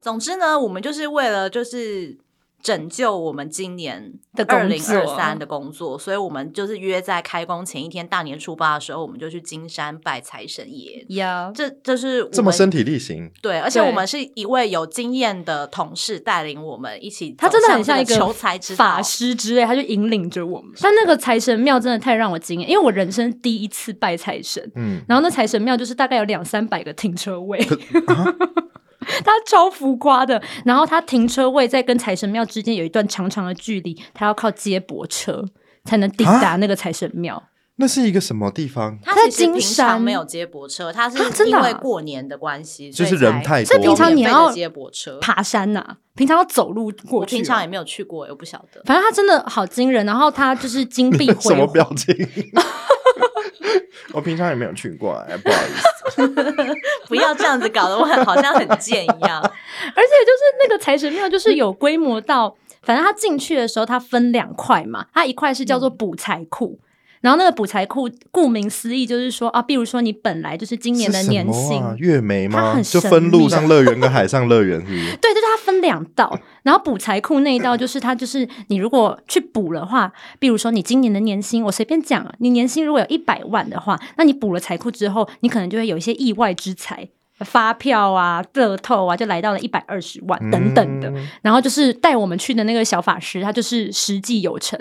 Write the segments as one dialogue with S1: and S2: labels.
S1: 总之呢，我们就是为了就是拯救我们今年
S2: 的
S1: 二
S2: 工
S1: 零
S2: 作啊
S1: 二三的工作，所以我们就是约在开工前一天大年初八的时候，我们就去金山拜财神爷。
S2: 呀，
S1: 这这是我
S3: 这么
S1: 们
S3: 身体力行，
S1: 对，而且
S2: 对
S1: 我们是一位有经验的同事带领我们一起，
S2: 他真的很
S1: 像
S2: 像一个
S1: 求财之
S2: 法
S1: 道。
S2: 师之类，他就引领着我们。但那个财神庙真的太让我惊艳，因为我人生第一次拜财神。
S3: 嗯，
S2: 然后那财神庙就是大概有两三百个停车 位，
S3: 可啊，
S2: 它超浮夸的。然后它停车位在跟财神庙之间有一段长长的距离，它要靠接驳车才能抵
S3: 啊
S2: 达那个财神庙。
S3: 那是一个什么 地方？
S1: 他
S2: 在
S1: 其实
S2: 金
S1: 平
S2: 山
S1: 常没有接驳车，他
S2: 啊真
S1: 是
S2: 的
S1: 因
S2: 啊
S1: 为过年的关系，
S3: 就
S1: 所以
S3: 是人
S1: 才
S3: 太
S2: 所以
S3: 多
S1: 有
S2: 平常
S3: 了，
S2: 你
S1: 免费
S2: 要
S1: 的接驳车，
S2: 爬山呐、平常要走路过去、啊
S1: 我平
S3: 啊
S1: 常也，没有去过，我不晓得。
S2: 反正它真的好惊人。然后它就是金碧辉
S3: 什么
S2: 煌，
S3: 表 情？我平常也没有去过，哎，不好意思。
S1: 不要这样子搞得我好像很贱一样。
S2: 而且就是那个财神庙，就是有规模到，反正他进去的时候，它分两块嘛，它一块是叫做补财库。然后那个补财库，顾名思义就是说啊，比如说你本来就是今年的
S3: 是什
S2: 年
S3: 么
S2: 薪，
S3: 啊月眉
S2: 它
S3: 吗？
S2: 很
S3: 就
S2: 神
S3: 分陆
S2: 秘啊
S3: 上乐园跟海上乐园是不嗯是
S2: 对，就是它分两道，然后补财库那一道就是它就是你如果去补的话，比如说你今年的年薪，我随便讲啊，你年薪如果有一百万的话，那你补了财库之后，你可能就会有一些意外之财，发票啊、乐透啊，就来到了一百二十万等等的。
S3: 嗯
S2: 然后就是带我们去的那个小法师，他就是实际有成。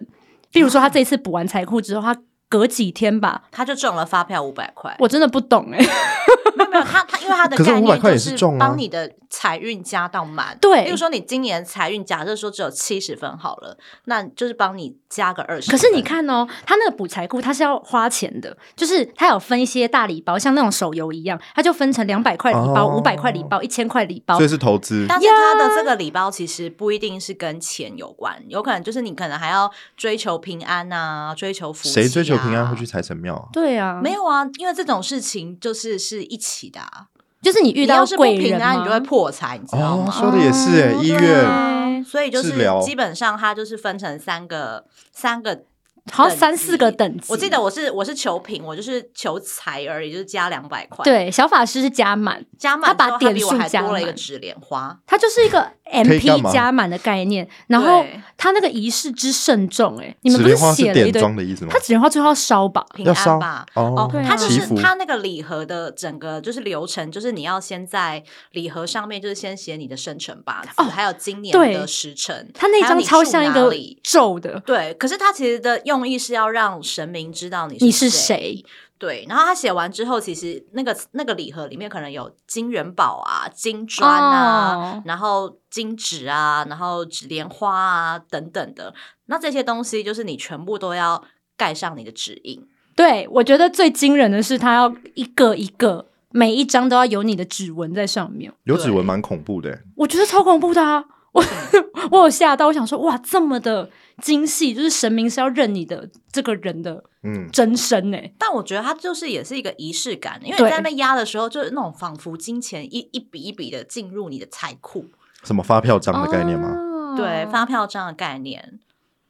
S2: 比如说他这次补完财库之后，他隔几天吧，
S1: 他就中了发票五百块，
S2: 我真的不懂哎、
S1: 没有没有他他，因为他的
S3: 可是
S1: 概
S3: 500
S1: 念
S3: 块也
S1: 就是
S3: 中啊
S1: 帮你的财运加到满。
S2: 对
S1: 比如说你今年财运假设说只有七十分好了，那就是帮你加个二十。
S2: 可是你，看哦，他那个补财库他是要花钱的，就是他有分一些大礼包，像那种手游一样，他就分成两百块礼包、
S3: 哦
S2: 五百、块礼包、一千块礼包
S3: 所以。是投资，
S1: 但是他的这个礼包其实不一定是跟钱有关，有可能就是你可能还要追求平安啊，追求福、啊。
S3: 谁追求平安会去？财神庙啊？
S2: 对啊，
S1: 没有啊，因为这种事情就是是一起的、啊。
S2: 就是你遇
S1: 你要
S2: 到
S1: 是不
S2: 贵
S1: 平
S2: 人吗
S1: 安，你就会破财，你知道
S3: 哦
S1: 吗？，
S3: 说的也是哎，
S2: 哦
S3: 一
S2: 对
S3: 月
S1: 啊所以就
S3: 治疗
S1: 是基本上它就是分成三个三个，
S2: 好像三四个等级。
S1: 我记得我是我是求平，我就是求财而已，就是加两百块。，
S2: 对小法师是加满，
S1: 加满
S2: 他把
S1: 之后
S2: 点
S1: 比我
S2: 数
S1: 还
S2: 加
S1: 多了一个
S2: 满
S1: 纸莲花。
S2: 它就是一个
S3: 可以干
S2: MP
S3: 嘛
S2: 加满的概念。然后
S1: 对
S2: 它那个仪式之慎重、欸，哎，你们
S3: 纸
S2: 不
S3: 莲花
S2: 写
S3: 是
S2: 了一
S3: 点
S2: 堆？
S3: 装的意思吗
S2: 它？纸莲花最后要烧吧？
S1: 平
S3: 要烧
S1: 安吧。
S3: 哦
S1: 哦，
S2: 对啊
S1: 它就
S3: 祈
S1: 是
S3: 福
S1: 它那个礼盒的整个就是流程，就是你要先在礼盒上面，就是先写你的生辰八字，
S2: 哦
S1: 还有今年
S2: 对
S1: 的时辰。
S2: 它那
S1: 还有
S2: 张
S1: 你
S2: 超
S1: 住
S2: 像一
S1: 哪
S2: 个
S1: 里
S2: 咒的，
S1: 对，可是它其实的用意是要让神明知道你
S2: 你是谁？
S1: 对，然后他写完之后，其实那个那个礼盒里面可能有金元宝啊、金砖啊，
S2: 哦
S1: 然后金纸啊，然后纸莲花啊等等的。那这些东西就是你全部都要盖上你的指印。
S2: 对，我觉得最惊人的是，它要一个一个，每一张都要有你的指纹在上面，
S3: 有指纹蛮恐怖的欸，
S2: 我觉得超恐怖的啊！我
S1: 嗯
S2: 我有吓到，我想说，哇，这么的精细，就是神明是要认你的这个人的
S3: 嗯，
S2: 真身欸呢、
S1: 但我觉得它就是也是一个仪式感，因为
S2: 对
S1: 你在那边压的时候，就是那种仿佛金钱一一笔一笔的进入你的财库，
S3: 什么发票章的概念吗？
S2: 哦
S1: 对，发票这样的概念。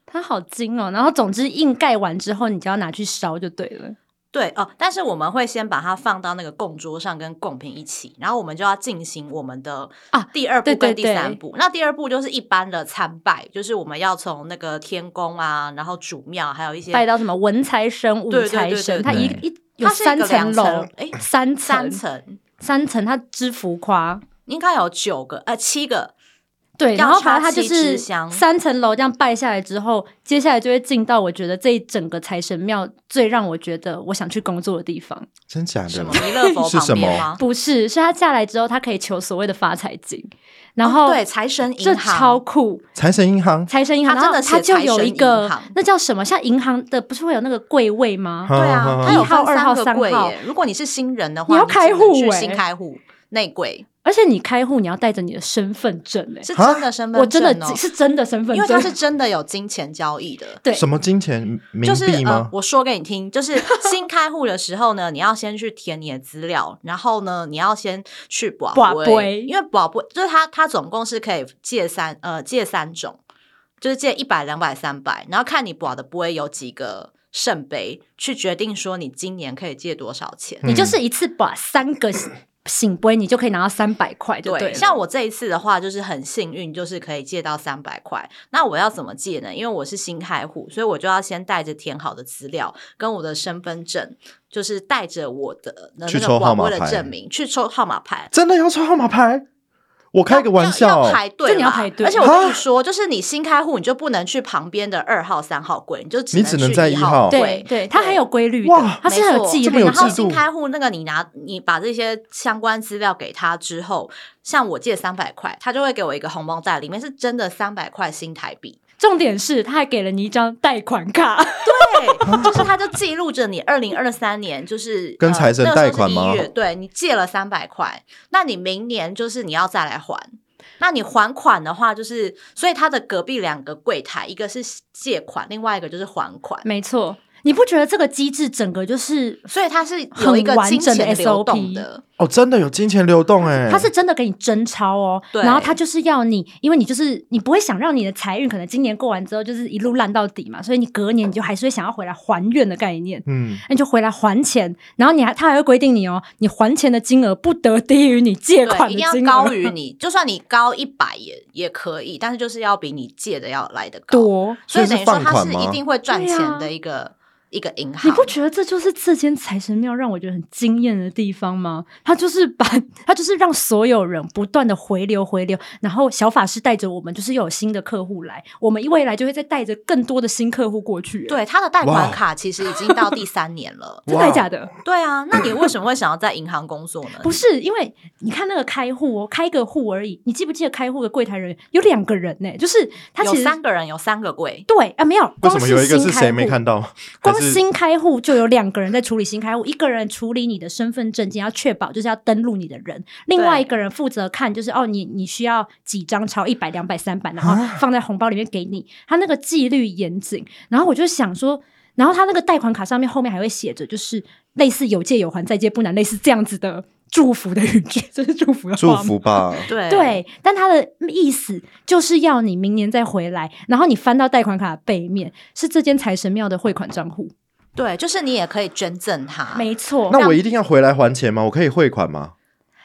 S2: 它好精哦。然后总之硬盖完之后，你就要拿去烧就对了。
S1: 对哦，但是我们会先把它放到那个供桌上跟贡品一起，然后我们就要进行我们的
S2: 啊
S1: 第二
S2: 对
S1: 步跟
S2: 对
S1: 第
S2: 对
S1: 三步。那第二步就是一般的参拜，就是我们要从那个天宫啊，然后主庙，还有一些
S2: 拜到什么文财神、武
S1: 对对
S2: 财
S1: 对
S2: 神，
S1: 对
S2: 它一
S3: 对
S2: 一有
S1: 它是
S2: 三
S1: 一个两
S2: 楼
S1: 层，，哎，
S2: 三层
S1: 三层
S2: 三层，它之浮夸。
S1: 应该有九个呃七个，
S2: 对，
S1: 要
S2: 然后
S1: 插
S2: 反正它就
S1: 七支
S2: 是
S1: 香
S2: 三层楼这样拜下来之后，接下来就会进到我觉得这一整个财神庙最让我觉得我想去工作的地方。
S1: 哦
S3: 真假
S1: 什
S3: 的
S1: 么？弥勒佛
S3: 啊是
S1: 旁
S3: 什么
S1: 边吗？
S2: 不是，是他下来之后，他可以求所谓的发财金，然后、
S1: 哦对财神银
S2: 这
S1: 行
S2: 超酷，
S3: 财神银行？
S2: 财神银行，
S1: 他
S2: 然
S1: 真
S2: 后
S1: 的
S2: 他
S1: 写
S2: 就
S1: 财
S2: 有
S1: 神
S2: 一个
S1: 银行
S2: 那叫什么，像银行的不是会有那个柜位吗？
S3: 哈
S1: 对
S3: 哈
S1: 啊，
S3: 哈
S1: 它有
S2: 一号
S1: 分
S2: 二号
S1: 三
S2: 三
S1: 个柜
S2: 号
S1: 耶。如果你是新人的话，
S2: 你要
S1: 只
S2: 开
S1: 能
S2: 户
S1: 去
S2: 哎
S1: 新开户内柜
S2: 而且你开户你要带着你的身份证哎、
S1: 是
S3: 哈
S1: 真的身份证、哦，
S2: 我真的是真的身份证，
S1: 因为它是真的有金钱交易的。
S2: 对
S3: 什么金钱冥
S1: 就是
S3: 币
S1: 呃
S3: 吗，？
S1: 我说给你听，就是 新开户的时候呢，你要先去填你的资料，然后呢，你要先去保
S2: 保
S1: 杯，
S2: 杯
S1: 因为保杯就是它，它总共是可以借三呃借三种，就是借一百、两百、三百，然后看你保的杯有几个
S3: 嗯
S1: 圣杯，去决定说你今年可以借多少钱。
S2: 你就是一次把三个醒杯，你就可以拿到三百块，就对
S1: 对，
S2: 了。
S1: 像我这一次的话，就是很幸运，就是可以借到三百块。那我要怎么借呢？因为我是新开户，所以我就要先带着填好的资料跟我的身份证，就是带着我的那
S3: 去
S1: 那
S3: 抽
S1: 个
S3: 号
S1: 广
S3: 码
S1: 播的
S3: 牌
S1: 证明去抽号码牌。
S3: 真的要抽号码牌？我开个玩笑
S1: 要要
S3: 哦，
S1: 排队啦，
S2: 这你要排队
S1: 而且我跟
S3: 啊
S1: 你说，就是你新开户，你就不能去旁边的二号、三号柜，你就只
S3: 你
S1: 能
S3: 只能
S1: 去
S3: 在
S1: 一
S3: 一号
S2: 对
S1: 柜。
S2: 对，它很有规律的
S3: 哇，
S2: 它是很有
S1: 没错
S2: 纪
S3: 这么
S2: 律，
S3: 有
S2: 然
S1: 然后
S2: 后
S3: 制度
S1: 新开户那个，你拿你把这些相关资料给他之后，像我借三百块，他就会给我一个红包袋，里面是真的三百块新台币。
S2: 重点是它还给了你一张贷款卡，
S1: 对，就是他就记录着你二零二三年就是
S3: 跟
S1: 呃
S3: 财神
S1: 那个时候
S3: 贷款
S1: 是
S3: 吗
S1: 1月对你借了三百块，那你明年就是你要再来还。那你还款的话，就是所以他的隔壁两个柜台，一个是借款，另外一个就是还款，
S2: 没错。你不觉得这个机制整个就是，
S1: 所以它是有一个
S2: 很完
S1: 金
S2: 整的
S1: 钱流
S2: SOP
S1: 动的。
S3: 哦，真的有金钱流动哎、
S2: 它是真的给你征超哦，
S1: 对
S2: 然后它就是要你，因为你就是你不会想让你的财运可能今年过完之后就是一路烂到底嘛，所以你隔年你就还是会想要回来还愿的概念。
S3: 嗯，
S2: 那你就回来还钱，然后你还他还会规定你哦，你还钱的金额不得低于你借款
S1: 对，
S2: 的啊
S1: 一定
S2: 金
S1: 要
S2: 额，
S1: 高于你，就算你高一百也也可以，但是就是要比你借的要来的高。
S2: 多。
S1: 所以
S3: 所
S1: 等
S3: 以
S1: 于
S3: 是
S1: 说，
S3: 放
S1: 它
S3: 款
S1: 是
S3: 吗
S1: 一定会赚
S2: 对啊
S1: 钱的一个、一个银行。
S2: 你不觉得这就是这间财神庙让我觉得很惊艳的地方吗？他就是把，他就是让所有人不断的回流回流，然后小法师带着我们，就是又有新的客户来，我们未来就会再带着更多的新客户过去。，
S1: 对，他的贷
S3: 哇
S1: 款
S3: 哦。
S1: 卡其实已经到第三年了
S2: 真的假的？
S1: 对啊，那你为什么会想要在银行工作呢？
S2: 不是，因为你看那个开户哦，开个户而已。你记不记得开户的柜台人员有两个人呢、就是他
S1: 有
S2: 其实
S1: 三个人，有三个柜，
S2: 对啊，没有，
S3: 为
S2: 光
S3: 什么有一个
S2: 新
S3: 是
S2: 开
S3: 谁没
S2: 户
S3: 看到？
S2: 光
S3: 还是
S2: 新开户就有两个人在处理新开户，一个人处理你的身份证件，要确保就是要登录你的人；另外一个人负责看，就是哦，你你需要几张钞，一百、两百、三百，然后
S3: 啊
S2: 放在红包里面给你。他那个纪律严谨，然后我就想说，然后他那个贷款卡上面后面还会写着，就是类似有借有还，再借不难，类似这样子的祝福的语句，这是祝福的话
S3: 祝
S2: 吗
S3: 福吧，
S1: 对
S2: 对，但他的意思就是要你明年再回来，然后你翻到贷款卡的背面是这间财神庙的汇款账户，
S1: 对，就是你也可以捐赠它。
S2: 没错。
S3: 那我一定要回来还钱吗？我可以汇款吗？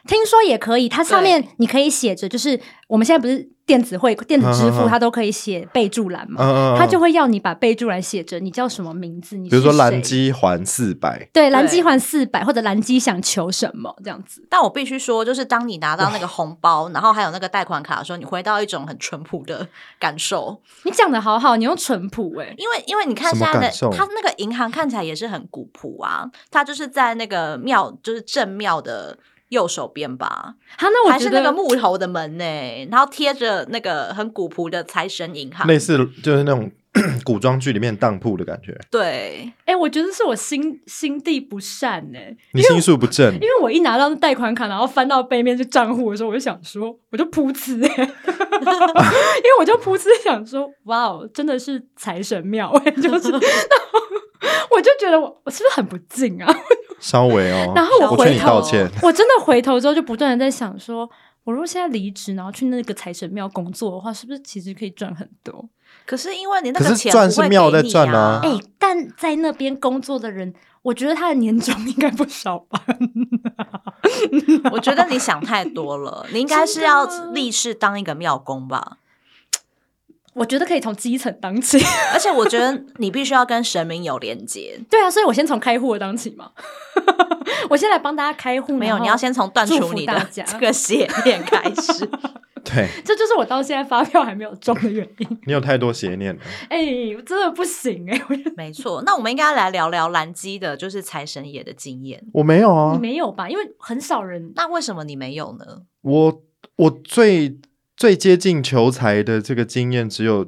S2: 听说也可以，它上
S1: 对
S2: 面你可以写着，就是我们现在不是电子汇、电子支
S3: 嗯嗯
S2: 付，
S3: 嗯
S2: 它都可以写备注栏嘛，
S3: 嗯，
S2: 它就
S3: 会，
S2: 会要你把备注栏写着你叫什么名字，你
S3: 比如说
S2: 是谁
S3: 蓝。鸡还四百，
S2: 对，蓝
S1: 对
S2: 鸡还四百，或者蓝鸡想求什么这样子，
S1: 但我必须说，就是当你拿到那个红包，然后还有那个贷款卡的时候，你回到一种很淳朴的感受，
S2: 你讲的好好，你用淳朴哎、
S1: 因为因为你看
S3: 什
S1: 现
S3: 么
S1: 在的
S3: 感受
S1: 它那个银行看起来也是很古朴啊，它就是在那个庙，就是正庙的右手边吧，
S2: 好，那我
S1: 还
S2: 觉
S1: 是
S2: 得
S1: 那个木头的门呢、然后贴着那个很古朴的财神银行，
S3: 类似就是那种 古装剧里面当铺的感觉。
S1: 对，
S2: 哎、我觉得是我心心地不善哎、
S3: 你心术不正
S2: 因，为我一拿到贷款卡，然后翻到背面是账户的时候，我就想说，我就噗嗤、欸，因为我就噗嗤想说，哇哦，真的是财神庙、欸，就是，然后我就觉得我我是不是很不敬啊？
S3: 稍微哦。
S2: 然后我
S3: 我劝
S2: 回
S3: 你
S2: 头，
S3: 道
S2: 我
S3: 歉，
S2: 真的回头之后就不断的在想说，我如果现在离职，然后去那个财神庙工作的话，是不是其实可以赚很多？
S1: 可是因为你那
S3: 可
S1: 个
S3: 是
S1: 钱
S3: 赚
S1: 不
S3: 是
S1: 会
S3: 庙
S1: 给
S3: 在
S1: 你
S3: 赚
S1: 啊
S3: 啊，
S2: 哎、但在那边工作的人，我觉得他的年终应该不少 吧？
S1: 我觉得你想太多了，你应该是要立誓当一个庙公吧。
S2: 我觉得可以从基层当起。
S1: 而且我觉得你必须要跟神明有连 接，
S2: 对啊，所以我先从开户的当起嘛。 我先来帮大家开户，
S1: 没有，
S2: 嗯然后
S1: 你要先从断
S2: 祝
S1: 除
S2: 福
S1: 你
S2: 大
S1: 的
S2: 家
S1: 这个邪念开始。
S3: 对
S2: 这就是我到现在发票还没有中的原因。
S3: 你有太多邪念了。
S2: 哎、我真的不行哎、我觉得
S1: 没错，那我们应该来聊聊蓝基的，就是财神爷的经验。
S3: 我没有啊
S2: 你，没有吧？因为很少人
S1: 那为什么你没有呢？
S3: 我我最最接近求财的这个经验只有。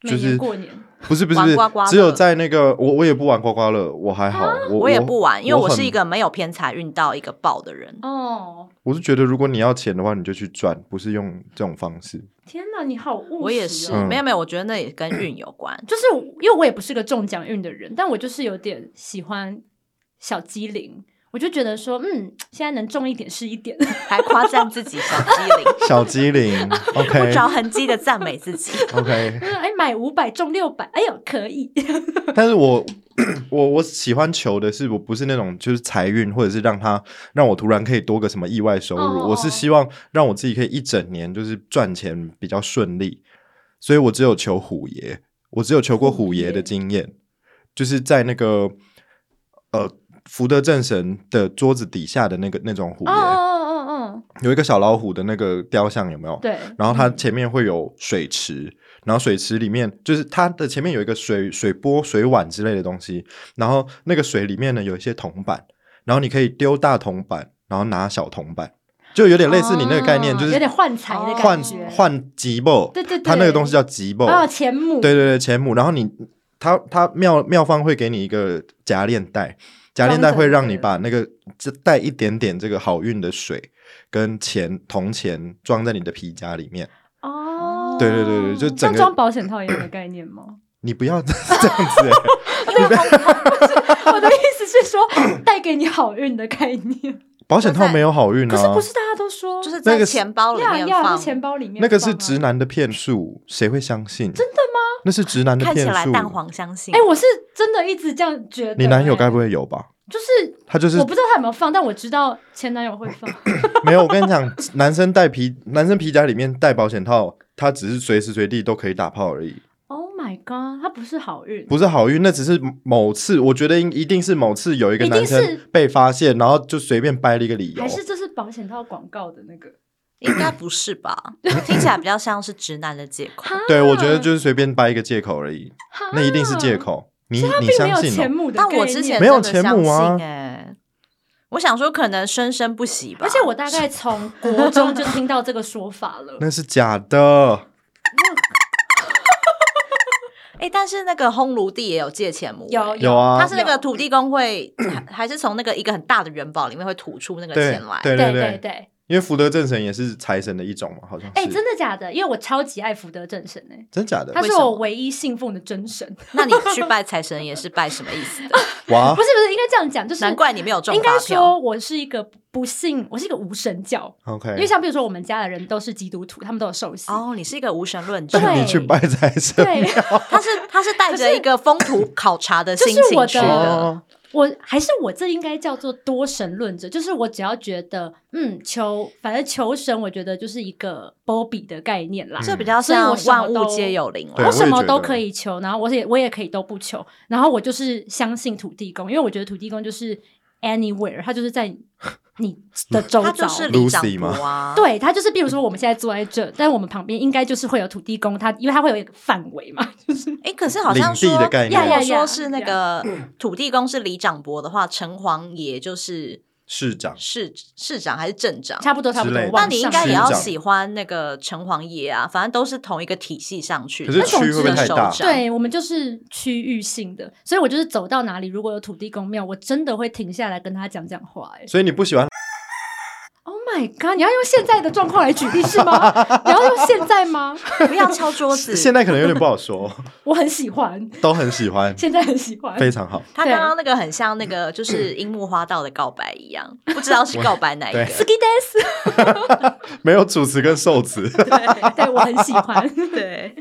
S2: 每
S3: 就是
S2: 年过年，
S3: 不是不是不
S1: 玩
S3: 是
S1: 刮刮，乐啊
S3: 只有在那个我我也不玩刮刮乐，我还好，我
S1: 我也不玩，因为我
S3: 很
S1: 是一个没有偏财运到一个爆的人。
S2: 哦，
S3: 我是觉得，如果你要钱的话，你就去赚，不是用这种方式。
S2: 天哪，你好务实、哦。。
S1: 我也是，
S3: 嗯
S1: 没有没有，我觉得那也跟运有关
S2: 就是因为我也不是个中奖运的人，但我就是有点喜欢小机灵。我就觉得说，嗯，现在能中一点是一点，
S1: 还夸赞自己小机 灵，
S3: 小机 灵
S1: 不
S3: ，OK
S1: 着痕迹的 赞美自己。
S3: OK，
S2: 就是哎，买五百中六百，哎呦，可以。
S3: 但是我我我喜欢求的是，我不是那种就是财运，或者是让他让我突然可以多个什么意外收入，
S2: 哦哦哦
S3: 我是希望让我自己可以一整年就是赚钱比较顺利，所以我只有求虎爷，我只有求过虎爷的经验，就是在那个呃福德正神的桌子底下的那个那种虎爷，
S2: 哦哦哦哦，
S3: 有一个小老虎的那个雕像，有没有？
S2: 对，
S3: 然后它前面会有水池，然后水池里面就是它的前面有一个水水波、水碗之类的东西，然后那个水里面呢有一些铜板，然后你可以丢大铜板，然后拿小铜板，就有点类似你那个概念，
S2: 哦
S3: 就
S2: 有
S3: 是
S2: 点换财的
S3: 换
S2: 感觉，
S3: 换吉报，
S2: 对对对，
S3: 它那个东西叫吉报，
S2: 哦钱母，
S3: 对对对，钱母，然后你他他妙妙方会给你一个夹链袋，夹链袋会让你把那个这带一点点这个好运的水跟钱铜钱装在你的皮夹里面，
S2: 哦，
S3: 对对对对就整
S2: 像
S3: 个
S2: 装保险套一样的概念 吗？
S3: 你不要这样子、欸，
S2: 我的意思是说，带给你好运的概念。
S3: 保险套没有好运
S2: 可是
S3: 啊
S2: 不，是大家都说，
S1: 就是
S3: 那
S1: 在
S3: 个是
S1: 钱包里
S2: 呀
S1: 面
S2: 呀，
S1: 放，
S2: 在钱包里面
S3: 那个
S2: 放
S3: 是
S2: 啊
S3: 直。男的骗术，谁会相信？真的吗？那是直男的
S1: 看起
S3: 骗
S1: 来
S3: 术，
S1: 蛋黄相信。
S2: 哎、我是真的一直这样觉得、
S3: 你男友
S2: 哎
S3: 该不会有吧？
S2: 就是
S3: 他就是
S2: 我不知道他有没有放，但我知道前男友会放。
S3: 没有，我跟你讲，男生带皮男生皮夹里面带保险套，他只是随时随地都可以打炮而已。
S2: oh my god，他不是好运，
S3: 不是好运，那只是某次，我觉得应一定是某次有一个
S2: 一定
S3: 男
S2: 是
S3: 生被发现，然后就随便掰了一个理由
S2: 还。是这是保险套广告的那个？
S1: 应该不是吧？听起来比较像是直男的借口。
S3: 对，我觉得就是随便掰一个借口而已，
S2: 哈
S3: 那一定是借，口。你你
S2: 并没
S3: 相
S2: 有
S3: 信
S2: 前
S3: 哦？
S2: 母的概
S1: 但
S2: 念。
S1: 我之前
S3: 没有
S1: 真的
S3: 前母啊
S1: 相信哎，我想说可能生生不息吧。
S2: 而且我大概从国中就听到这个说法了。
S3: 那是假的。
S1: 哎，但是那个烘炉地也有借钱母，
S2: 有
S1: 哎
S3: 有啊
S1: 它是那个土地公会，还还是从那个一个很大的元宝里面会吐出那个
S3: 对
S1: 钱来。
S3: 对
S2: 对
S3: 对，
S2: 对，
S3: 因为福德正神也是财神的一种嘛，好像是。
S2: 哎、真的假的？因为我超级爱福德正神哎、
S3: 真假的
S2: 他？
S1: 为
S2: 是
S1: 什
S2: 我
S1: 么
S2: 唯一信奉的真神。
S3: 哦
S1: 那你去拜财神也是拜什么意思 的？
S3: 哇
S2: 不是不是，应该这样讲，就是
S1: 难怪你没有中
S2: 应该
S1: 发票。
S2: 说我是一个不信，我是一个无神教，
S3: ，OK。
S2: 因为像比如说我们家的人都是基督徒，他们都有受洗。
S1: 哦，你是一个无神论者，
S2: 对
S3: 但你去拜财神
S2: 对，
S1: 他是他是带着一个风土考察的
S2: 这
S1: 心
S2: 是我
S1: 情去
S2: 对的
S1: 的。
S3: 哦，
S2: 我还是我这应该叫做多神论者，就是我只要觉得，嗯，求反正求神，我觉得就是一个波比的概念啦。
S1: 这
S3: 嗯
S1: 比较
S2: 所以我
S1: 像
S2: 什么
S1: 万物
S2: 都
S1: 皆有灵
S3: 对
S1: 了
S2: 我
S3: 我。也
S2: 什么
S3: 觉
S2: 都
S3: 得
S2: 可以求，然后我也我也可以都不求，然后我就是相信土地公，因为我觉得土地公就是 anywhere，他就是 在你的周
S1: 他
S2: 遭，
S1: 就是李长
S3: Lucy
S1: 博啊，，
S2: 对他就是，比如说我们现在坐在这，但我们旁边应该就是会有土地公，他因为他会有一个范围嘛，
S1: 哎，可是好像
S3: 领地
S1: 说，
S3: 的概念
S1: 如果
S2: 呀呀呀
S1: 说是那个土地公是李长伯的话，城隍爷就是
S3: 市长
S1: 市市长还是镇长。
S2: 差不多差不多
S3: 之类的。
S2: 往
S1: 那你应
S2: 上
S1: 该也要
S3: 市长
S1: 喜欢那个城隍爷啊，反正都是同一个体系上去的。
S3: 可是
S1: 那种
S2: 区会不会
S1: 只能
S2: 太
S1: 手
S3: 大
S1: 掌
S2: 对我们就是区域性的，所以我就是走到哪里，如果有土地公庙，我真的会停下来跟他讲讲话、哎
S3: 所以你不喜欢
S2: ，Oh my god！你要用现在的状况来举例是吗？ 你要用现在吗？
S1: 不要敲桌子。
S3: 现在可能有点不好说，
S2: 我很喜欢，
S3: 都很喜欢，
S2: 现在很喜欢。
S3: 非常好。
S1: 他刚刚那个很像那个就是樱木花道的告白一样，不知道是告白哪一个。
S3: 对
S2: Ski dance，
S3: 没有主持跟受词，
S2: 对我很喜欢。
S1: 对，